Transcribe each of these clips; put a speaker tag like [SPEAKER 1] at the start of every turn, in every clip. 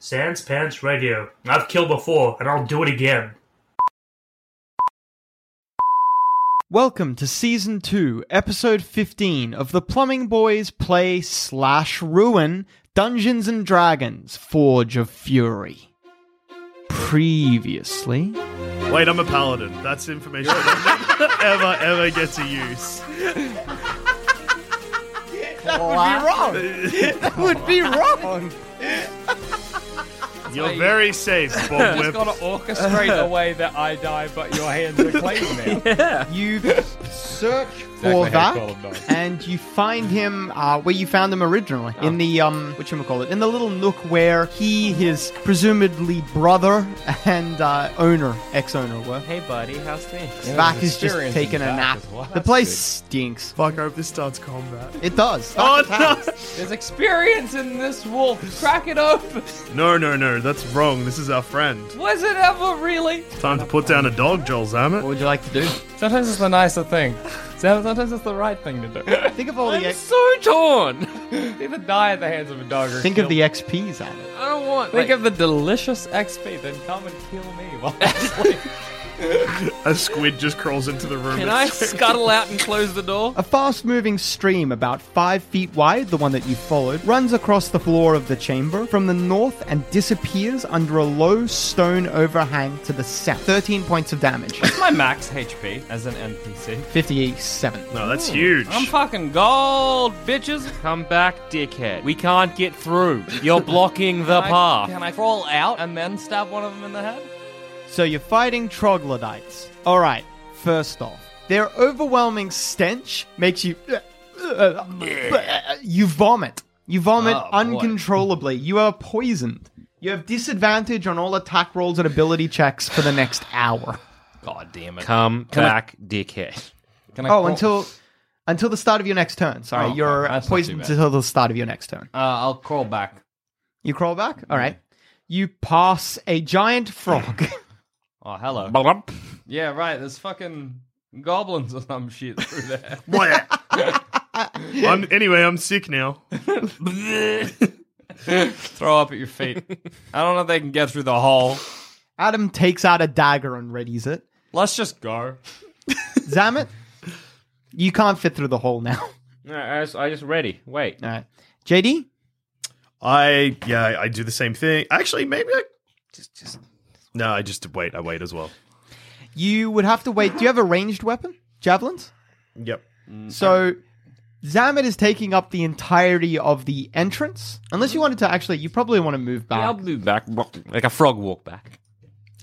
[SPEAKER 1] Sans Pants Radio. I've killed before, and I'll do it again.
[SPEAKER 2] Welcome to Season 2, Episode 15 of the Plumbing Boys Play Slash Ruin Dungeons and Dragons Forge of Fury. Previously.
[SPEAKER 3] Wait, I'm a paladin. That's information I never ever get to use.
[SPEAKER 2] That would be wrong!
[SPEAKER 3] You're very safe, Bob
[SPEAKER 4] Just
[SPEAKER 3] Whip.
[SPEAKER 4] gotta orchestrate the way that I die, but your hands are clean now.
[SPEAKER 2] You search for
[SPEAKER 4] Exactly how you call him,
[SPEAKER 2] that, and you find him uh, where you found him originally
[SPEAKER 3] Ah.
[SPEAKER 2] in the um, what you call it, in the little nook where he, his presumably brother and uh, owner, ex-owner, were.
[SPEAKER 4] Hey, buddy, how's things?
[SPEAKER 2] Back is just
[SPEAKER 4] Experience
[SPEAKER 2] taking a
[SPEAKER 4] in back
[SPEAKER 2] nap.
[SPEAKER 4] as well.
[SPEAKER 2] The place stinks.
[SPEAKER 3] Fuck, I hope this starts combat.
[SPEAKER 2] It does.
[SPEAKER 3] Oh
[SPEAKER 4] There's experience in this wolf. Crack it open.
[SPEAKER 3] no! No, no, no. That's wrong. This is our friend.
[SPEAKER 4] Was it ever really?
[SPEAKER 3] Time to put down a dog, Joel
[SPEAKER 2] What
[SPEAKER 3] Zammit.
[SPEAKER 2] would you like to do?
[SPEAKER 4] Sometimes it's the nicer thing. Sometimes it's the right thing to do.
[SPEAKER 2] Think of all the
[SPEAKER 4] I'm
[SPEAKER 2] X-
[SPEAKER 4] so torn. Either die at the hands of a dog or
[SPEAKER 2] think
[SPEAKER 4] kill
[SPEAKER 2] of the XP's on it.
[SPEAKER 4] I don't want. Think of the delicious XP, then come and kill me while I sleep.
[SPEAKER 3] A squid just crawls into the room.
[SPEAKER 4] Can I scuttle out and close the door?
[SPEAKER 2] A fast-moving stream about five feet wide, the one that you followed, runs across the floor of the chamber from the north and disappears under a low stone overhang to the south. Thirteen points of damage.
[SPEAKER 4] My max HP as an NPC.
[SPEAKER 2] Fifty-seven.
[SPEAKER 3] No, that's huge.
[SPEAKER 4] I'm fucking gold, bitches. Come back, dickhead. We can't get through. You're blocking the path. can I crawl out and then stab one of them in the head?
[SPEAKER 2] So you're fighting troglodytes. All right. First off, their overwhelming stench makes you. uh, You vomit. You vomit
[SPEAKER 4] Oh, boy.
[SPEAKER 2] uncontrollably. You are poisoned. You have disadvantage on all attack rolls and ability checks for the next hour.
[SPEAKER 4] God damn it.
[SPEAKER 5] Come
[SPEAKER 4] Can I-
[SPEAKER 5] back, dickhead.
[SPEAKER 4] Can I
[SPEAKER 2] Oh,
[SPEAKER 4] crawl-
[SPEAKER 2] until until the start of your next turn. Sorry,
[SPEAKER 4] Oh, okay.
[SPEAKER 2] you're
[SPEAKER 4] That's not
[SPEAKER 2] poisoned
[SPEAKER 4] too bad.
[SPEAKER 2] until the start of your next turn.
[SPEAKER 4] Uh, I'll crawl back.
[SPEAKER 2] You crawl back. All right. You pass a giant frog.
[SPEAKER 4] Oh, hello.
[SPEAKER 5] Blump.
[SPEAKER 4] Yeah, right. There's fucking goblins or some shit through there.
[SPEAKER 3] Bleh. I'm anyway. I'm sick now.
[SPEAKER 4] Throw up at your feet. I don't know if they can get through the hole.
[SPEAKER 2] Adam takes out a dagger and readies it.
[SPEAKER 4] Let's just go.
[SPEAKER 2] Zamet, you can't fit through the hole now.
[SPEAKER 5] No, I was, I was ready. Wait.
[SPEAKER 2] All right. JD,
[SPEAKER 3] I yeah. I- I do the same thing. Actually, maybe I just just. No, I just wait. I wait as well.
[SPEAKER 2] you would have to wait. Do you have a ranged weapon? Javelins?
[SPEAKER 3] Yep.
[SPEAKER 2] So Zamet is taking up the entirety of the entrance. Unless you wanted to actually, you probably want to move back.
[SPEAKER 5] I'll move back. Like a frog walk back.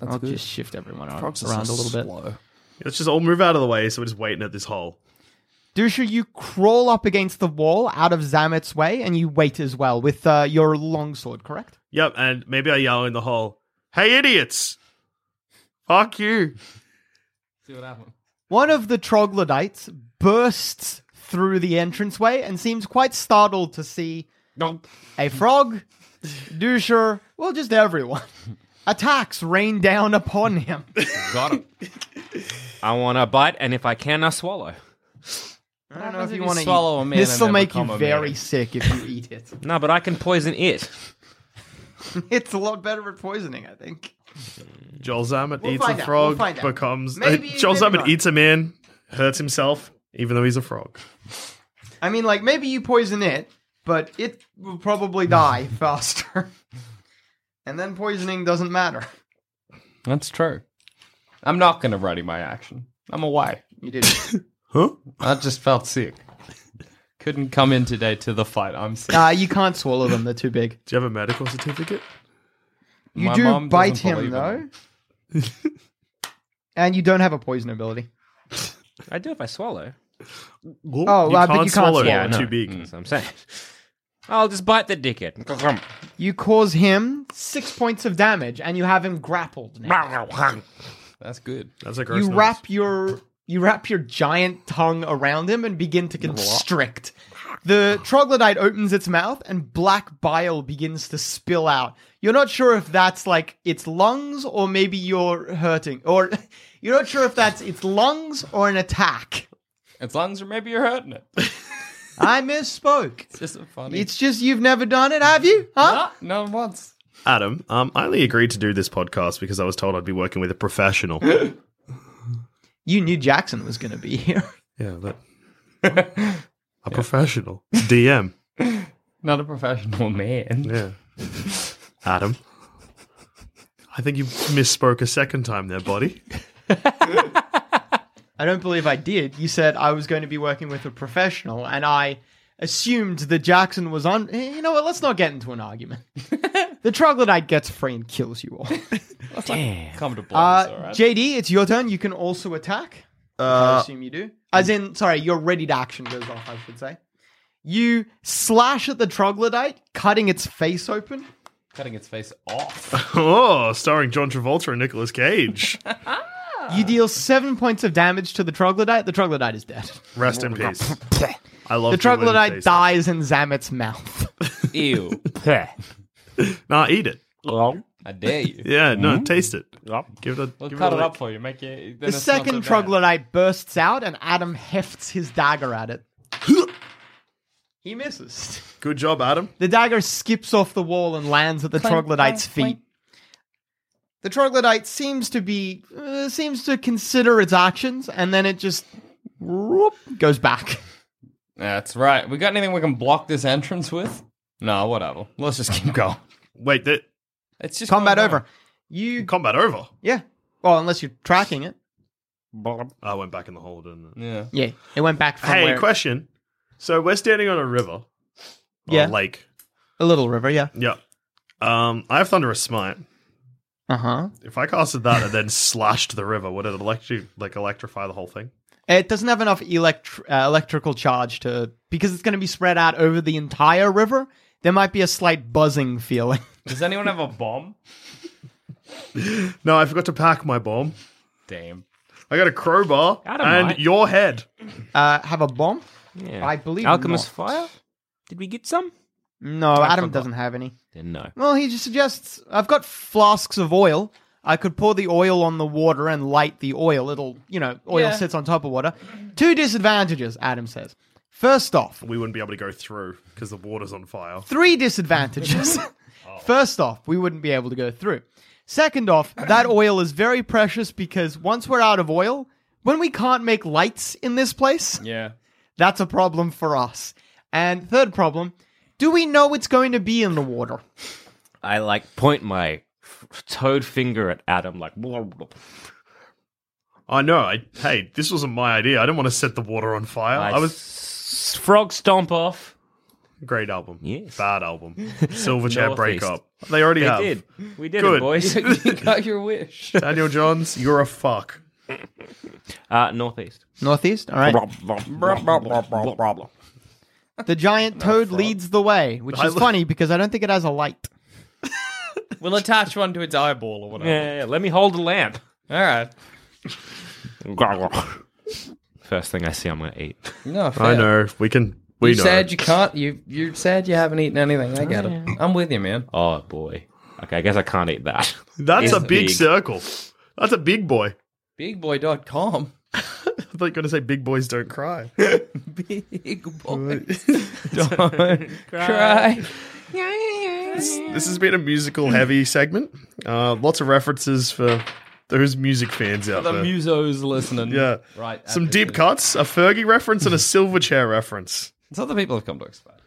[SPEAKER 2] I'll just shift everyone ar- around a little bit.
[SPEAKER 3] Let's just all move out of the way. So we're just waiting at this hole.
[SPEAKER 2] Dusha, you crawl up against the wall out of Zamet's way and you wait as well with uh, your longsword, correct?
[SPEAKER 3] Yep, and maybe I yell in the hall, "Hey, idiots! Fuck you!"
[SPEAKER 4] See what happens.
[SPEAKER 2] One of the troglodytes bursts through the entranceway and seems quite startled to see a frog, Dusher, well, just everyone. Attacks rain down upon him.
[SPEAKER 5] Got him. I want to bite, and if I can, I swallow.
[SPEAKER 2] I don't know
[SPEAKER 4] happens
[SPEAKER 2] if
[SPEAKER 4] if
[SPEAKER 2] you
[SPEAKER 4] you
[SPEAKER 2] want to
[SPEAKER 4] swallow a man
[SPEAKER 2] This will
[SPEAKER 4] and
[SPEAKER 2] make you
[SPEAKER 4] become a
[SPEAKER 2] very
[SPEAKER 4] man?
[SPEAKER 2] sick if you eat it.
[SPEAKER 5] No, but I can poison it.
[SPEAKER 2] it's a lot better at poisoning, I think.
[SPEAKER 3] Joel Zammit
[SPEAKER 2] We'll
[SPEAKER 3] eats
[SPEAKER 2] find
[SPEAKER 3] a
[SPEAKER 2] out,
[SPEAKER 3] frog,
[SPEAKER 2] we'll find out.
[SPEAKER 3] becomes
[SPEAKER 2] Maybe-
[SPEAKER 3] uh, Joel
[SPEAKER 2] maybe
[SPEAKER 3] Zammit
[SPEAKER 2] not.
[SPEAKER 3] eats a man, hurts himself, even though he's a frog.
[SPEAKER 2] I mean, like maybe you poison it, but it will probably die faster. and then poisoning doesn't matter.
[SPEAKER 5] That's true. I'm not going to ready my action. I'm away.
[SPEAKER 2] You did.
[SPEAKER 5] huh? I just felt sick. Couldn't come in today to the fight. I'm sick.
[SPEAKER 2] Nah, you can't swallow them. They're too big.
[SPEAKER 3] Do you have a medical certificate?
[SPEAKER 2] You
[SPEAKER 5] My
[SPEAKER 2] do
[SPEAKER 5] mom
[SPEAKER 2] bite
[SPEAKER 5] doesn't
[SPEAKER 2] him
[SPEAKER 5] believe in
[SPEAKER 2] though, and you don't have a poison ability.
[SPEAKER 6] I do if I swallow.
[SPEAKER 2] Oh, uh, but you can't swallow.
[SPEAKER 6] Yeah, I know.
[SPEAKER 2] Too big.
[SPEAKER 6] That's what I'm saying. I'll just bite the dickhead.
[SPEAKER 2] You cause him six points of damage, and you have him grappled. Now.
[SPEAKER 5] That's good.
[SPEAKER 3] That's a
[SPEAKER 2] you wrap your you wrap your giant tongue around him and begin to constrict. The troglodyte opens its mouth and black bile begins to spill out. You're not sure if that's like its lungs or maybe you're hurting, or you're not sure if that's its lungs or an attack.
[SPEAKER 5] As long as maybe you're hurting it.
[SPEAKER 2] I misspoke.
[SPEAKER 5] It's just funny.
[SPEAKER 2] It's just you've never done it, have you? Huh?
[SPEAKER 5] No, once.
[SPEAKER 3] Adam, um, I only agreed to do this podcast because I was told I'd be working with a professional.
[SPEAKER 2] You knew Jackson was going to be here.
[SPEAKER 3] yeah, but a professional DM.
[SPEAKER 5] Not a professional man.
[SPEAKER 3] Yeah. Adam, I think you misspoke a second time there, buddy.
[SPEAKER 2] I don't believe I did. You said I was going to be working with a professional, and I assumed that Jackson was on. Eh, You know what? Let's not get into an argument. the troglodyte gets free and kills you all.
[SPEAKER 5] Damn. Come to blows, all
[SPEAKER 2] Uh,
[SPEAKER 5] right?
[SPEAKER 2] JD, it's your turn. You can also attack. I assume you do. As in, sorry, your ready to action goes off, I should say. You slash at the troglodyte, cutting its face open.
[SPEAKER 5] Cutting its face off.
[SPEAKER 3] oh, starring John Travolta and Nicolas Cage.
[SPEAKER 2] You deal seven points of damage to the troglodyte. The troglodyte is dead.
[SPEAKER 3] Rest in peace. I love people
[SPEAKER 2] The
[SPEAKER 3] in
[SPEAKER 2] troglodyte
[SPEAKER 3] face.
[SPEAKER 2] dies in Zamet's mouth.
[SPEAKER 5] Ew.
[SPEAKER 3] Nah, eat it.
[SPEAKER 5] I dare you.
[SPEAKER 3] Yeah, no,
[SPEAKER 2] Mm-hmm.
[SPEAKER 3] taste it. Give it a.
[SPEAKER 5] We'll
[SPEAKER 3] give
[SPEAKER 5] cut
[SPEAKER 3] it, a
[SPEAKER 5] it
[SPEAKER 3] lick.
[SPEAKER 5] up for you. Make it.
[SPEAKER 2] The second troglodyte bursts out, and Adam hefts his dagger at it. he misses.
[SPEAKER 3] Good job, Adam.
[SPEAKER 2] The dagger skips off the wall and lands at the troglodyte's feet. The troglodyte seems to be uh, seems to consider its actions, and then it just whoop, goes back.
[SPEAKER 5] That's right. We got anything we can block this entrance with? No, whatever. Let's just keep going.
[SPEAKER 3] Wait, that
[SPEAKER 5] It's just
[SPEAKER 2] Combat
[SPEAKER 5] going
[SPEAKER 2] over. You
[SPEAKER 3] combat over.
[SPEAKER 2] yeah. Well, unless you're tracking it.
[SPEAKER 3] I went back in the hole, didn't I?
[SPEAKER 5] on. Yeah.
[SPEAKER 2] Yeah, it went back from
[SPEAKER 3] Hey,
[SPEAKER 2] where-
[SPEAKER 3] question. So we're standing on a river. Or
[SPEAKER 2] Yeah.
[SPEAKER 3] lake.
[SPEAKER 2] a little river. Yeah.
[SPEAKER 3] Yeah. Um, I have thunderous smite.
[SPEAKER 2] Uh huh.
[SPEAKER 3] If I casted that and then slashed the river, would it electri- like electrify the whole thing?
[SPEAKER 2] It doesn't have enough elect- uh, electrical charge to because it's going to be spread out over the entire river. There might be a slight buzzing feeling.
[SPEAKER 5] Does anyone have a bomb?
[SPEAKER 3] No, I forgot to pack my bomb.
[SPEAKER 5] Damn.
[SPEAKER 3] I got a crowbar
[SPEAKER 6] I don't
[SPEAKER 3] and
[SPEAKER 6] mind.
[SPEAKER 3] your head.
[SPEAKER 2] Uh, have a bomb?
[SPEAKER 6] Yeah.
[SPEAKER 2] I believe
[SPEAKER 6] Alchemist
[SPEAKER 2] not.
[SPEAKER 6] Fire? Did we get some?
[SPEAKER 2] No, Adam doesn't have any.
[SPEAKER 6] Then no.
[SPEAKER 2] Well, he just suggests I've got flasks of oil. I could pour the oil on the water and light the oil. It'll, you know, oil
[SPEAKER 5] Yeah.
[SPEAKER 2] sits on top of water. Two disadvantages, Adam says. First off,
[SPEAKER 3] We wouldn't be able to go through because the water's on fire.
[SPEAKER 2] three disadvantages. First off, we wouldn't be able to go through. Second off, that oil is very precious because once we're out of oil, when we can't make lights in this place,
[SPEAKER 5] Yeah.
[SPEAKER 2] that's a problem for us. And third problem, do we know it's going to be in the water?
[SPEAKER 6] I like point my f- toad finger at Adam, like,
[SPEAKER 3] I know. I, hey, this wasn't my idea. I didn't want to set the water on fire. I,
[SPEAKER 6] I,
[SPEAKER 3] was
[SPEAKER 6] s- frog stomp off.
[SPEAKER 3] great album.
[SPEAKER 6] Yes.
[SPEAKER 3] Bad album. Silverchair
[SPEAKER 6] Northeast.
[SPEAKER 3] breakup. They already
[SPEAKER 6] They
[SPEAKER 3] have.
[SPEAKER 6] did. We did
[SPEAKER 3] Good.
[SPEAKER 6] it, boys.
[SPEAKER 5] you got your wish.
[SPEAKER 3] Daniel Johns, you're a fuck.
[SPEAKER 6] uh, northeast.
[SPEAKER 2] Northeast, all right. The giant toad leads the way, which
[SPEAKER 3] I
[SPEAKER 2] is
[SPEAKER 3] lo-
[SPEAKER 2] funny because I don't think it has a light.
[SPEAKER 5] We'll attach one to its eyeball or
[SPEAKER 6] Yeah,
[SPEAKER 5] whatever.
[SPEAKER 6] yeah, yeah, let me hold the lamp.
[SPEAKER 5] All right.
[SPEAKER 6] First thing I see, I'm going to eat.
[SPEAKER 5] No, fair.
[SPEAKER 3] I know. We can. We
[SPEAKER 5] You
[SPEAKER 3] know.
[SPEAKER 5] said you can't. You you said you haven't eaten anything. I get it. I'm with you, man.
[SPEAKER 6] Oh, boy. Okay, I guess I can't eat that.
[SPEAKER 3] That's
[SPEAKER 6] It's
[SPEAKER 3] a big,
[SPEAKER 6] big.
[SPEAKER 3] circle. That's a big boy.
[SPEAKER 5] Bigboy.com.
[SPEAKER 3] I thought you were going to say big boys don't cry.
[SPEAKER 5] Big boy. Don't cry.
[SPEAKER 3] this has been a musical heavy segment. Uh, lots of references for those music fans out
[SPEAKER 5] The
[SPEAKER 3] there.
[SPEAKER 5] musos listening.
[SPEAKER 3] yeah.
[SPEAKER 5] Right.
[SPEAKER 3] Some
[SPEAKER 5] absolutely.
[SPEAKER 3] deep cuts, a Fergie reference, and a Silverchair reference.
[SPEAKER 5] It's other people have come to expect.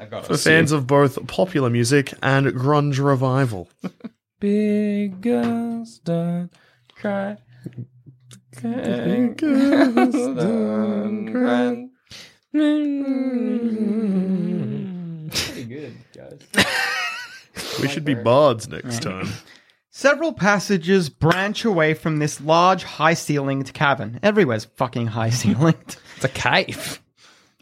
[SPEAKER 5] I got it.
[SPEAKER 3] for fans of both popular music and grunge revival.
[SPEAKER 5] Big girls don't cry.
[SPEAKER 3] Big girls
[SPEAKER 5] don't cry. Pretty good, guys.
[SPEAKER 3] We should be bards next time.
[SPEAKER 2] Several passages branch away from this large, high ceilinged cavern. Everywhere's fucking high ceilinged.
[SPEAKER 5] it's a cave.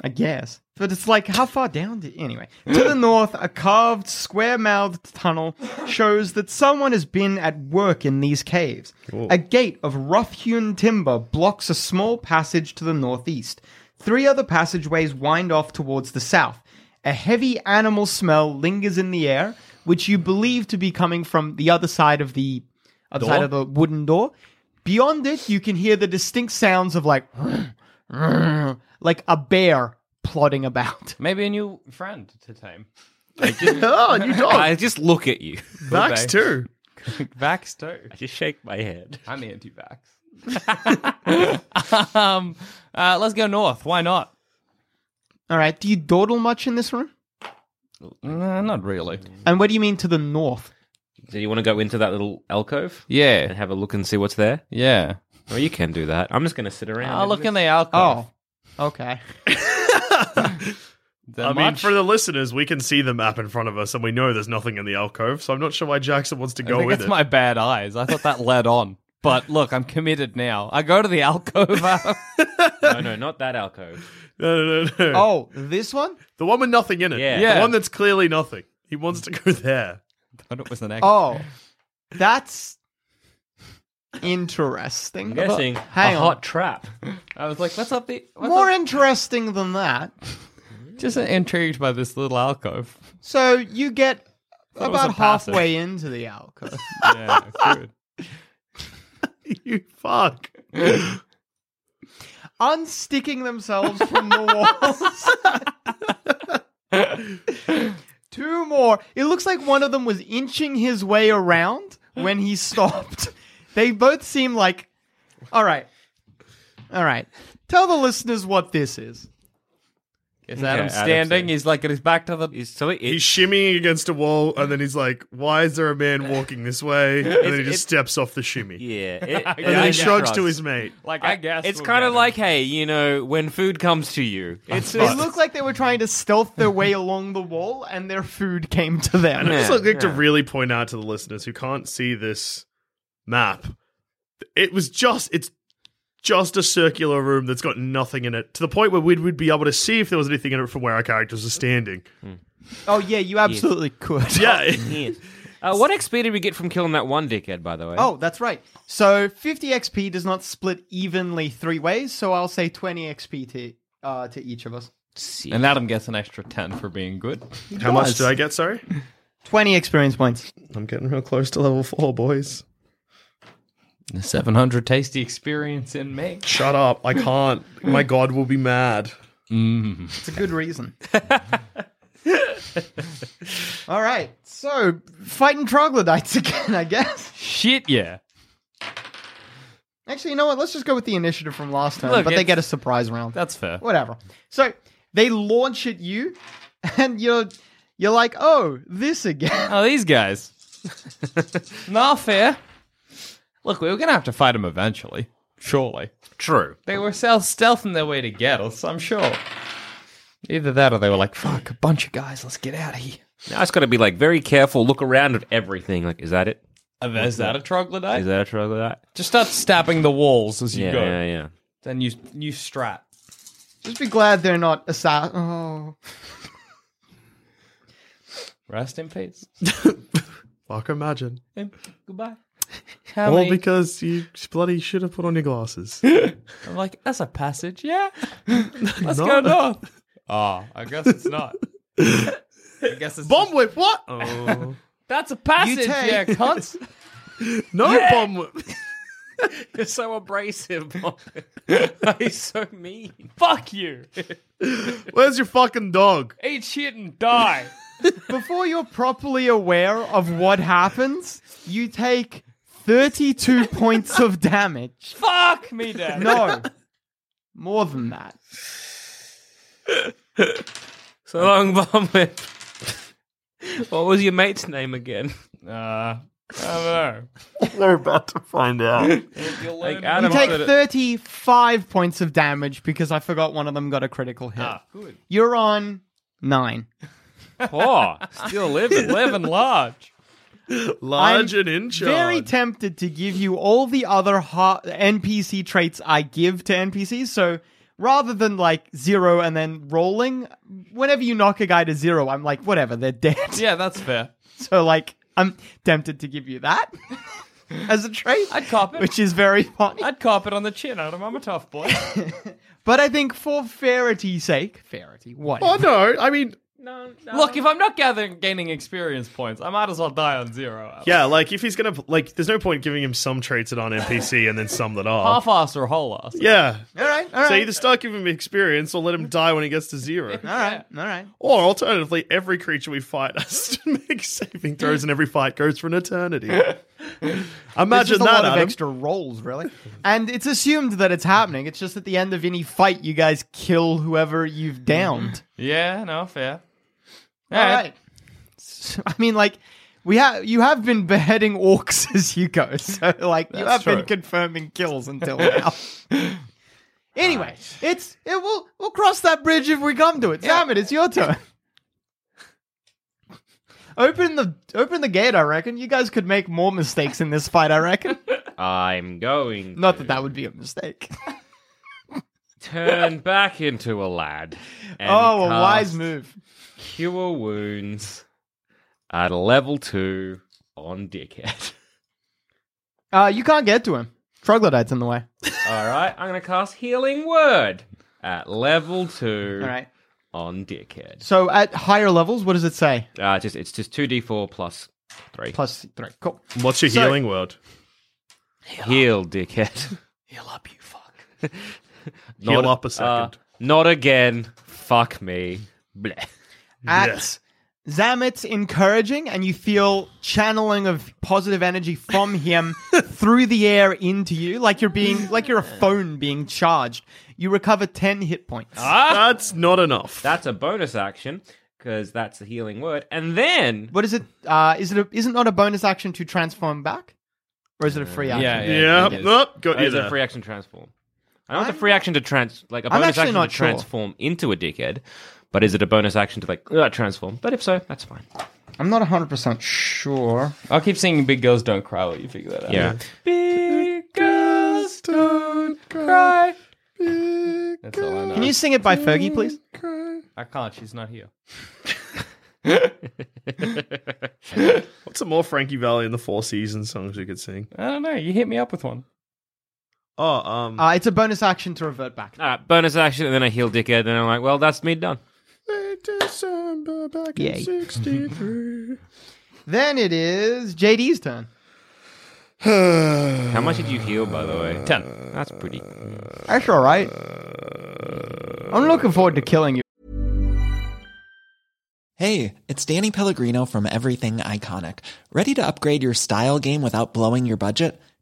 [SPEAKER 2] I guess. But it's like, how far down did. Anyway. To the north, a carved, square mouthed tunnel shows that someone has been at work in these caves. A gate of rough hewn timber blocks a small passage to the northeast. Three other passageways wind off towards the south. A heavy animal smell lingers in the air, which you believe to be coming from the other side of the other side
[SPEAKER 5] Door?
[SPEAKER 2] of the wooden door. Beyond it, you can hear the distinct sounds of like like a bear plodding about.
[SPEAKER 5] Maybe a new friend to tame.
[SPEAKER 3] oh, you dog.
[SPEAKER 6] I just look at you.
[SPEAKER 3] Vax too.
[SPEAKER 5] Vax too.
[SPEAKER 6] I just shake my head.
[SPEAKER 5] I'm anti-vax. um, uh, let's go north. Why not?
[SPEAKER 2] All right, do you dawdle much in this room?
[SPEAKER 5] Nah, not really.
[SPEAKER 2] And what do you mean to the north?
[SPEAKER 6] Do you want to go into that little alcove?
[SPEAKER 5] Yeah.
[SPEAKER 6] And have a look and see what's there?
[SPEAKER 5] Yeah.
[SPEAKER 6] Oh, you can do that. I'm just going to sit around.
[SPEAKER 5] I'll look in the alcove.
[SPEAKER 2] Oh, okay.
[SPEAKER 5] The
[SPEAKER 3] I mean,
[SPEAKER 5] much-
[SPEAKER 3] for the listeners, we can see the map in front of us, and we know there's nothing in the alcove. So I'm not sure why Jackson wants to
[SPEAKER 5] I
[SPEAKER 3] go
[SPEAKER 5] think
[SPEAKER 3] with
[SPEAKER 5] that's
[SPEAKER 3] it.
[SPEAKER 5] my bad eyes. I thought that led on. But look, I'm committed now. I go to the alcove. Oh.
[SPEAKER 6] no, no, not that alcove.
[SPEAKER 3] No, no, no, no.
[SPEAKER 2] Oh, this one?
[SPEAKER 3] The one with nothing in it.
[SPEAKER 6] Yeah.
[SPEAKER 3] The
[SPEAKER 5] Yeah.
[SPEAKER 3] one that's clearly nothing. He wants to go there.
[SPEAKER 5] thought it was the next.
[SPEAKER 2] Oh, that's interesting.
[SPEAKER 6] I'm guessing
[SPEAKER 2] Hang
[SPEAKER 6] a
[SPEAKER 2] on.
[SPEAKER 6] hot trap.
[SPEAKER 5] I was like, what's up? The, what's
[SPEAKER 2] More
[SPEAKER 5] up?
[SPEAKER 2] interesting than that.
[SPEAKER 5] Just intrigued by this little alcove.
[SPEAKER 2] So you get
[SPEAKER 5] it was
[SPEAKER 2] about
[SPEAKER 5] a passage.
[SPEAKER 2] halfway into the alcove.
[SPEAKER 5] Yeah, good.
[SPEAKER 3] you fuck.
[SPEAKER 2] unsticking themselves from the walls. Two more. It looks like one of them was inching his way around when he stopped. They both seem like. All right. All right. Tell the listeners what this is.
[SPEAKER 5] Is Adam
[SPEAKER 6] Adam's
[SPEAKER 5] standing?
[SPEAKER 6] standing.
[SPEAKER 5] He's like, he's back to the.
[SPEAKER 6] Is- So it,
[SPEAKER 3] He's shimmying against a wall, and then he's like, "Why is there a man walking this way?" And then he just
[SPEAKER 6] it's-
[SPEAKER 3] steps off the shimmy,
[SPEAKER 6] yeah. It,
[SPEAKER 3] and then he shrugs to his mate.
[SPEAKER 5] Like, I guess
[SPEAKER 6] It's
[SPEAKER 5] we'll
[SPEAKER 6] kind
[SPEAKER 5] get
[SPEAKER 6] of
[SPEAKER 5] him.
[SPEAKER 6] like, hey, you know, when food comes to you, it's
[SPEAKER 2] It looked like they were trying to stealth their way along the wall, and their food came to them.
[SPEAKER 3] I just like to really point out to the listeners who can't see this map. It was just it's just a circular room that's got nothing in it to the point where we'd, we'd be able to see if there was anything in it from where our characters are standing.
[SPEAKER 2] Oh yeah, you absolutely could.
[SPEAKER 3] Yeah,
[SPEAKER 6] Yes. Uh, what XP did we get from killing that one dickhead, by the way?
[SPEAKER 2] Oh, that's right. So 50 XP does not split evenly three ways, so I'll say 20 XP to uh, to each of us.
[SPEAKER 5] And Adam gets an extra 10 for being good.
[SPEAKER 3] how much did I get? Sorry,
[SPEAKER 2] 20 experience points.
[SPEAKER 3] I'm getting real close to level four, boys.
[SPEAKER 5] 700 tasty experience in me.
[SPEAKER 3] Shut up! I can't. My god will be mad.
[SPEAKER 2] It's a good reason. All right. So, fighting troglodytes again, I guess.
[SPEAKER 5] Shit, yeah.
[SPEAKER 2] Actually, you know what? Let's just go with the initiative from last time,
[SPEAKER 5] Look,
[SPEAKER 2] but they
[SPEAKER 5] it's-
[SPEAKER 2] get a surprise round.
[SPEAKER 5] That's fair.
[SPEAKER 2] Whatever. So, they launch at you and you're you're like, "Oh, this again."
[SPEAKER 5] Oh, these guys. nah, fair. Look, we were going to have to fight them eventually. Surely.
[SPEAKER 6] true.
[SPEAKER 5] They were self stealthing their way to get us, I'm sure. Either that or they were like, fuck, a bunch of guys, let's get out of here.
[SPEAKER 6] Now it's got to be like very careful, look around at everything. Like, is that it?
[SPEAKER 5] Uh, is that a troglodyte?
[SPEAKER 6] Is that a troglodyte?
[SPEAKER 5] Just start stabbing the walls as you
[SPEAKER 6] Yeah,
[SPEAKER 5] go.
[SPEAKER 6] yeah, yeah.
[SPEAKER 5] Then you, you strat.
[SPEAKER 2] Just be glad they're not assa- Oh.
[SPEAKER 5] Rest in peace.
[SPEAKER 3] Fuck! Imagine
[SPEAKER 5] And goodbye. How
[SPEAKER 3] all
[SPEAKER 5] many-
[SPEAKER 3] because you bloody should have put on your glasses.
[SPEAKER 5] I'm like, that's a passage, yeah. Let's
[SPEAKER 3] No.
[SPEAKER 5] go north. Oh, I guess it's not. I guess it's
[SPEAKER 3] bomb whip! What? Oh.
[SPEAKER 5] That's a passage,
[SPEAKER 2] You take-
[SPEAKER 5] yeah, cunts.
[SPEAKER 3] No bomb whip.
[SPEAKER 6] You're so abrasive. He's so mean.
[SPEAKER 5] Fuck you.
[SPEAKER 3] Where's your fucking dog?
[SPEAKER 5] Eat shit and die.
[SPEAKER 2] Before you're properly aware of what happens, you take 32 points of damage.
[SPEAKER 5] Fuck me, Dad.
[SPEAKER 2] No. More than that.
[SPEAKER 7] So long, Bomb Whip. what was your mate's name again?
[SPEAKER 5] Uh, I
[SPEAKER 7] don't know. We're about to find out.
[SPEAKER 5] like
[SPEAKER 2] You
[SPEAKER 5] Adam
[SPEAKER 2] take
[SPEAKER 5] said it-
[SPEAKER 2] 35 points of damage because I forgot one of them got a critical hit.
[SPEAKER 5] Ah,
[SPEAKER 3] Ah.
[SPEAKER 2] You're on nine.
[SPEAKER 4] Poor. Still living. living large.
[SPEAKER 3] Large
[SPEAKER 2] I'm
[SPEAKER 3] and in charge.
[SPEAKER 2] Very tempted to give you all the other ha- NPC traits I give to NPCs. So rather than like zero and then rolling, whenever you knock a guy to zero, I'm like, whatever, they're dead.
[SPEAKER 5] Yeah, that's fair.
[SPEAKER 2] So like, I'm tempted to give you that as a trait.
[SPEAKER 5] I'd cop it.
[SPEAKER 2] Which is very funny.
[SPEAKER 5] I'd cop it on the chin, Adam. I'm a tough boy.
[SPEAKER 2] But I think for farity's sake, farity, what?
[SPEAKER 5] Oh,
[SPEAKER 3] no, I mean,
[SPEAKER 5] Look, if I'm not gathering gaining experience points, I might as well die on zero. Adam.
[SPEAKER 3] Yeah, like if he's gonna like, there's no point giving him some traits that aren't NPC and then some that are.
[SPEAKER 5] half ass or whole ass.
[SPEAKER 3] Yeah.
[SPEAKER 2] All right.
[SPEAKER 5] all
[SPEAKER 3] So
[SPEAKER 5] right.
[SPEAKER 3] either start giving him experience or let him die when he gets to zero. All
[SPEAKER 2] right. All right.
[SPEAKER 3] Or alternatively, every creature we fight has to make saving throws, and every fight goes for an eternity.
[SPEAKER 2] There's
[SPEAKER 3] Imagine
[SPEAKER 2] just a
[SPEAKER 3] that,
[SPEAKER 2] lot of
[SPEAKER 3] Adam.
[SPEAKER 2] extra rolls, really. and it's assumed that it's happening. It's just at the end of any fight, you guys kill whoever you've downed.
[SPEAKER 5] Yeah, no, fair.
[SPEAKER 2] All right. So, I mean, like we have you have been beheading orcs as you go, so like you
[SPEAKER 5] That's
[SPEAKER 2] have
[SPEAKER 5] true.
[SPEAKER 2] been confirming kills until now. anyway, it's it will we'll cross that bridge if we come to it. Sam, it's your turn. open the open the gate. I reckon you guys could make more mistakes in this fight. I reckon.
[SPEAKER 6] I'm going
[SPEAKER 2] Not that that would be a mistake.
[SPEAKER 6] turn back into a lad. and
[SPEAKER 2] oh, a wise
[SPEAKER 6] cast
[SPEAKER 2] move.
[SPEAKER 6] Cure wounds at level two on dickhead.
[SPEAKER 2] Uh, you can't get to him. Troglodyte's in the way.
[SPEAKER 6] All right, I'm going to cast healing word at level two.
[SPEAKER 2] All right.
[SPEAKER 6] on dickhead.
[SPEAKER 2] So at higher levels, what does it say?
[SPEAKER 6] Uh, just it's just two d four plus three.
[SPEAKER 2] Plus three. Cool.
[SPEAKER 3] What's your
[SPEAKER 6] So-
[SPEAKER 3] healing word?
[SPEAKER 6] Heal, dickhead.
[SPEAKER 5] Heal up, you fuck.
[SPEAKER 3] Heal
[SPEAKER 6] Not-
[SPEAKER 3] up a second.
[SPEAKER 6] uh, not again. Fuck me. Bleh.
[SPEAKER 2] at Zamet's encouraging, and you feel channeling of positive energy from him through the air into you, like you're being like you're a phone being charged. You recover ten hit points.
[SPEAKER 3] Ah. That's not enough.
[SPEAKER 6] That's a bonus action because that's a healing word. And then
[SPEAKER 2] What is it? Uh, is it a, is it not a bonus action to transform back, or is it a free action?
[SPEAKER 3] Yeah, yeah. Nope, got
[SPEAKER 6] Oh,
[SPEAKER 3] you
[SPEAKER 6] it's a
[SPEAKER 3] there.
[SPEAKER 6] free action transform. I want the
[SPEAKER 2] I'm-
[SPEAKER 6] free action to trans like a
[SPEAKER 2] I'm
[SPEAKER 6] bonus
[SPEAKER 2] actually
[SPEAKER 6] action to
[SPEAKER 2] not sure.
[SPEAKER 6] transform into a dickhead, but is it a bonus action to like uh, transform? But if so, that's fine.
[SPEAKER 2] I'm not hundred percent sure.
[SPEAKER 5] I'll keep singing "Big Girls Don't Cry" while you figure that out.
[SPEAKER 6] Yeah.
[SPEAKER 5] Big girls don't cry. That's all I know.
[SPEAKER 2] Can you sing it by Fergie, please?
[SPEAKER 5] I can't. She's not here.
[SPEAKER 3] What's some more Frankie Valley and the Four Seasons songs you could sing?
[SPEAKER 5] I don't know. You hit me up with one.
[SPEAKER 3] Oh, um,
[SPEAKER 2] Uh, it's a bonus action to revert back.
[SPEAKER 6] All right, bonus action, and then I heal dickhead, and I'm like, well, that's me done.
[SPEAKER 3] December back
[SPEAKER 2] in Yay.
[SPEAKER 3] '63.
[SPEAKER 2] Then it is JD's turn.
[SPEAKER 6] How much did you heal, by the way? Ten. That's pretty.
[SPEAKER 2] That's all right. I'm looking forward to killing you.
[SPEAKER 8] Hey, it's Danny Pellegrino from Everything Iconic. Ready to upgrade your style game without blowing your budget?